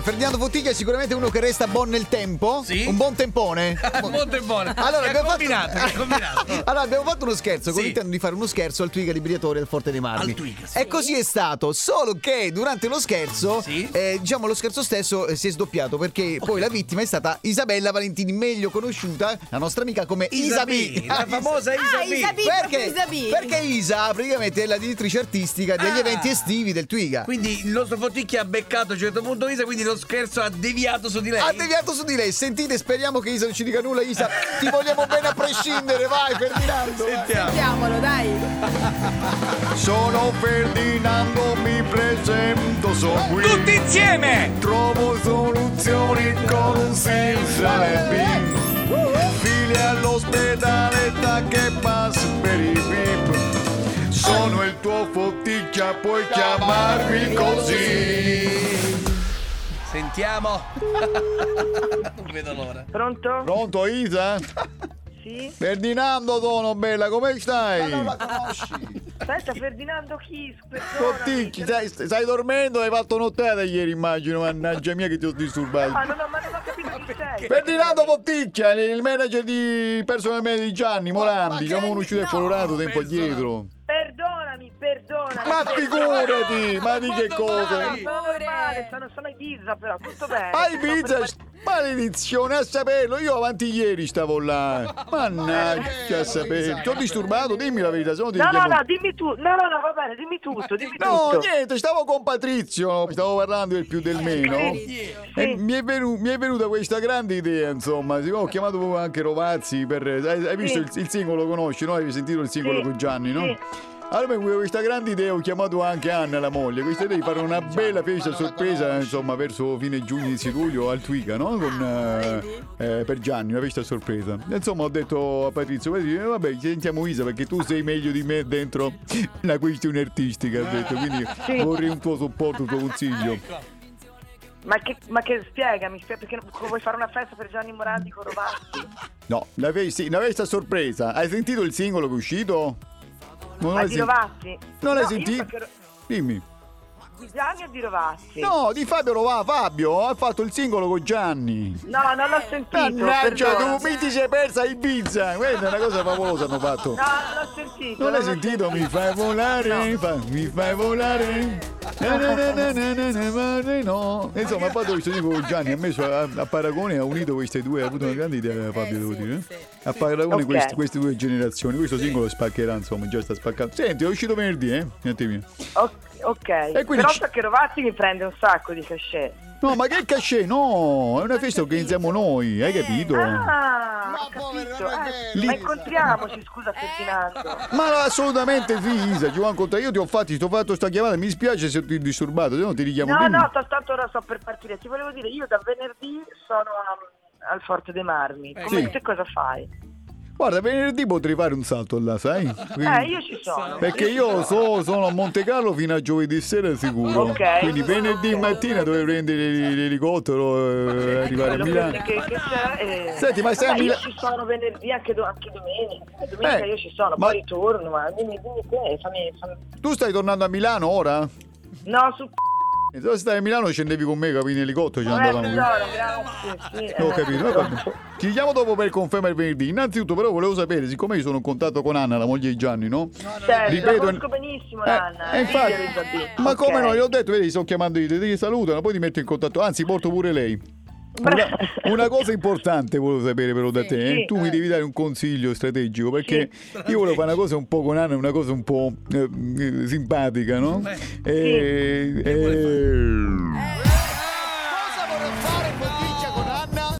Ferdinando Bottiglia è sicuramente uno che resta buon nel tempo. Sì. Un buon tempone. Molto buono. Allora, Che ha abbiamo fatto- combinato, che ha combinato. Allora, abbiamo fatto uno scherzo con Sì. l'intento di fare uno scherzo al Twiga Libriatore del Forte dei Marmi. Al Twiga, sì. E così è stato, solo che durante lo scherzo, Sì. eh, diciamo lo scherzo stesso eh, si è sdoppiato perché poi la vittima è stata Isabella Valentini, meglio conosciuta, la nostra amica come Isabi. Isabi, la famosa Ah, Isabi. Isabi, Perché, proprio Isabi. perché Isa praticamente è la direttrice artistica degli Ah. eventi estivi del Twiga. Quindi il nostro Fotticchia ha beccato a un certo punto Isa, quindi lo scherzo ha deviato su di lei. Ha deviato su di lei, sentite, speriamo che Isa non ci dica nulla. Isa, ti vogliamo bene a prescindere, vai Ferdinando. vai. Sentiamo. Sentiamolo, dai. Sono Ferdinando, mi presento, sono qui. Tutti insieme! Trovo soluzioni con un senza bim. Fili all'ospedale da che passa per i VIP. Sono il tuo fotticchia, puoi chiamarmi così. Sentiamo. non vedo l'ora. Pronto? Pronto Isa? Sì? Ferdinando sono bella, come stai? Aspetta, Ferdinando Kiss, Fotticchi, perdonami. stai, stai dormendo? Hai fatto nottata ieri immagino, mannaggia mia che ti ho disturbato. Ah, no, no, ma non ho capito chi sei. Ferdinando Botticchia, il manager di personal manager di Gianni Morandi, che abbiamo conosciuto del Colorato tempo addietro. Perdonami, perdonami. Ma perdonami. figurati, ma di che cosa? Ma Sono normale, sono, sono a Ibiza però, tutto bene. Sono Ma Ah, Ibiza, per- st- maledizione, a saperlo, io avanti ieri stavo là. Mannaggia, a saperlo. Ti ho disturbato, dimmi la verità, se no ti No, no, richiamo- no, dimmi tu. No, no, no, va bene, dimmi tutto, dimmi No, tutto. niente, stavo con Patrizio, stavo parlando del più del meno. E Sì. mi, è venu- mi è venuta questa grande idea, insomma, siccome ho chiamato anche Rovazzi per... Hai, hai visto Sì. il, il singolo, lo conosci, no? Hai sentito il singolo Sì, con Gianni, no? sì. Allora, con questa grande idea ho chiamato anche Anna, la moglie. Questa idea di fare una bella festa sorpresa, insomma, verso fine giugno, inizio luglio al Twiga, no? Con, Ah, eh, eh, per Gianni, una festa sorpresa. E, Insomma, ho detto a Patrizio, Patrizio, eh, vabbè, sentiamo Isa perché tu sei meglio di me dentro la questione artistica, ha detto. Quindi vorrei un tuo supporto, un tuo consiglio. Ma che, ma che spiegami, spiega, perché non- vuoi fare una festa per Gianni Morandi con Rovazzi? No, la fe- sì, una festa sorpresa. Hai sentito il singolo che è uscito? Non Ma l'hai Ah, di sen- Rovazzi? Non l'hai No, io sentito? so che Ro- Dimmi. Di Gianni o di Rovazzi? No, di Fabio Rovà, Fabio ha fatto il singolo con Gianni. No, non l'ho sentito. Mannaggia, perdonami. tu mi ti sei persa in pizza. Questa è una cosa favolosa hanno fatto. No, non l'ho sentito. Non l'hai l'ho sentito? Mi fai volare, fa- mi fai volare. Na, na, na, na, na, na, na, ma ne no. Insomma, ha fatto questo tipo con Gianni, ha messo a, a paragone, ha unito queste due, ha avuto una grande Eh, idea Fabio, devo dire. A paragone Ok. queste, queste due generazioni, questo singolo spaccherà, insomma, già sta spaccando. Senti, è uscito venerdì, eh? Un attimino. O- ok, quindi però ci- so che Rovazzi mi prende un sacco di cachet. No, ma che cachet? No, è una festa che organizziamo noi, hai capito? Ah, Ma ho povero, capito. non è vero. eh. Eh. ma incontriamoci, scusa Ferdinando. Ma no, assolutamente sì, Isa, Giovanni Contra, io ti ho fatto, ti ho fatto sta chiamata, mi dispiace se ti ho disturbato, se no ti richiamo No, dimmi. no, t- tanto ora sto per partire. Ti volevo dire, io da venerdì sono a- al Forte dei Marmi. Eh, Come sì. te cosa fai? Guarda, venerdì potrei fare un salto là, sai? Eh, Quindi- io ci sono. Perché io so- sono a Monte Carlo fino a giovedì sera sicuro. Ok. Quindi venerdì mattina dovrei prendere l'e- l'elicottero e arrivare a Quello Milano. che, che, che c'è, eh. Senti, ma sei a Vabbè, io Mila- ci sono venerdì, anche, do- anche domenica. Domenica Eh, io ci sono, ma- poi ritorno. Ma dimmi, dimmi te, fammi, fammi- Tu stai tornando a Milano ora? No, su... E Se stai a Milano scendevi con me, capi, in elicottero ci Non è andavamo. eh, tesoro, grazie. Sì, Non ho eh, capito, eh, vabbè. Ti chiamo dopo per confermare il venerdì. Innanzitutto però volevo sapere, siccome io sono in contatto con Anna, la moglie di Gianni, no? Certo, Ripeto, la conosco benissimo Eh, Anna. eh, eh, infatti, Silvia Elizabeth. ma Ok. come no? Gli ho detto, vedi, ti sto chiamando io, ti salutano, poi ti metto in contatto. Anzi, porto pure lei. Una, una cosa importante volevo sapere però da te, eh. sì, tu mi devi dare un consiglio strategico perché io volevo fare una cosa un po' con Anna, una cosa un po' eh, eh, simpatica, no? Eh. E- e- vuole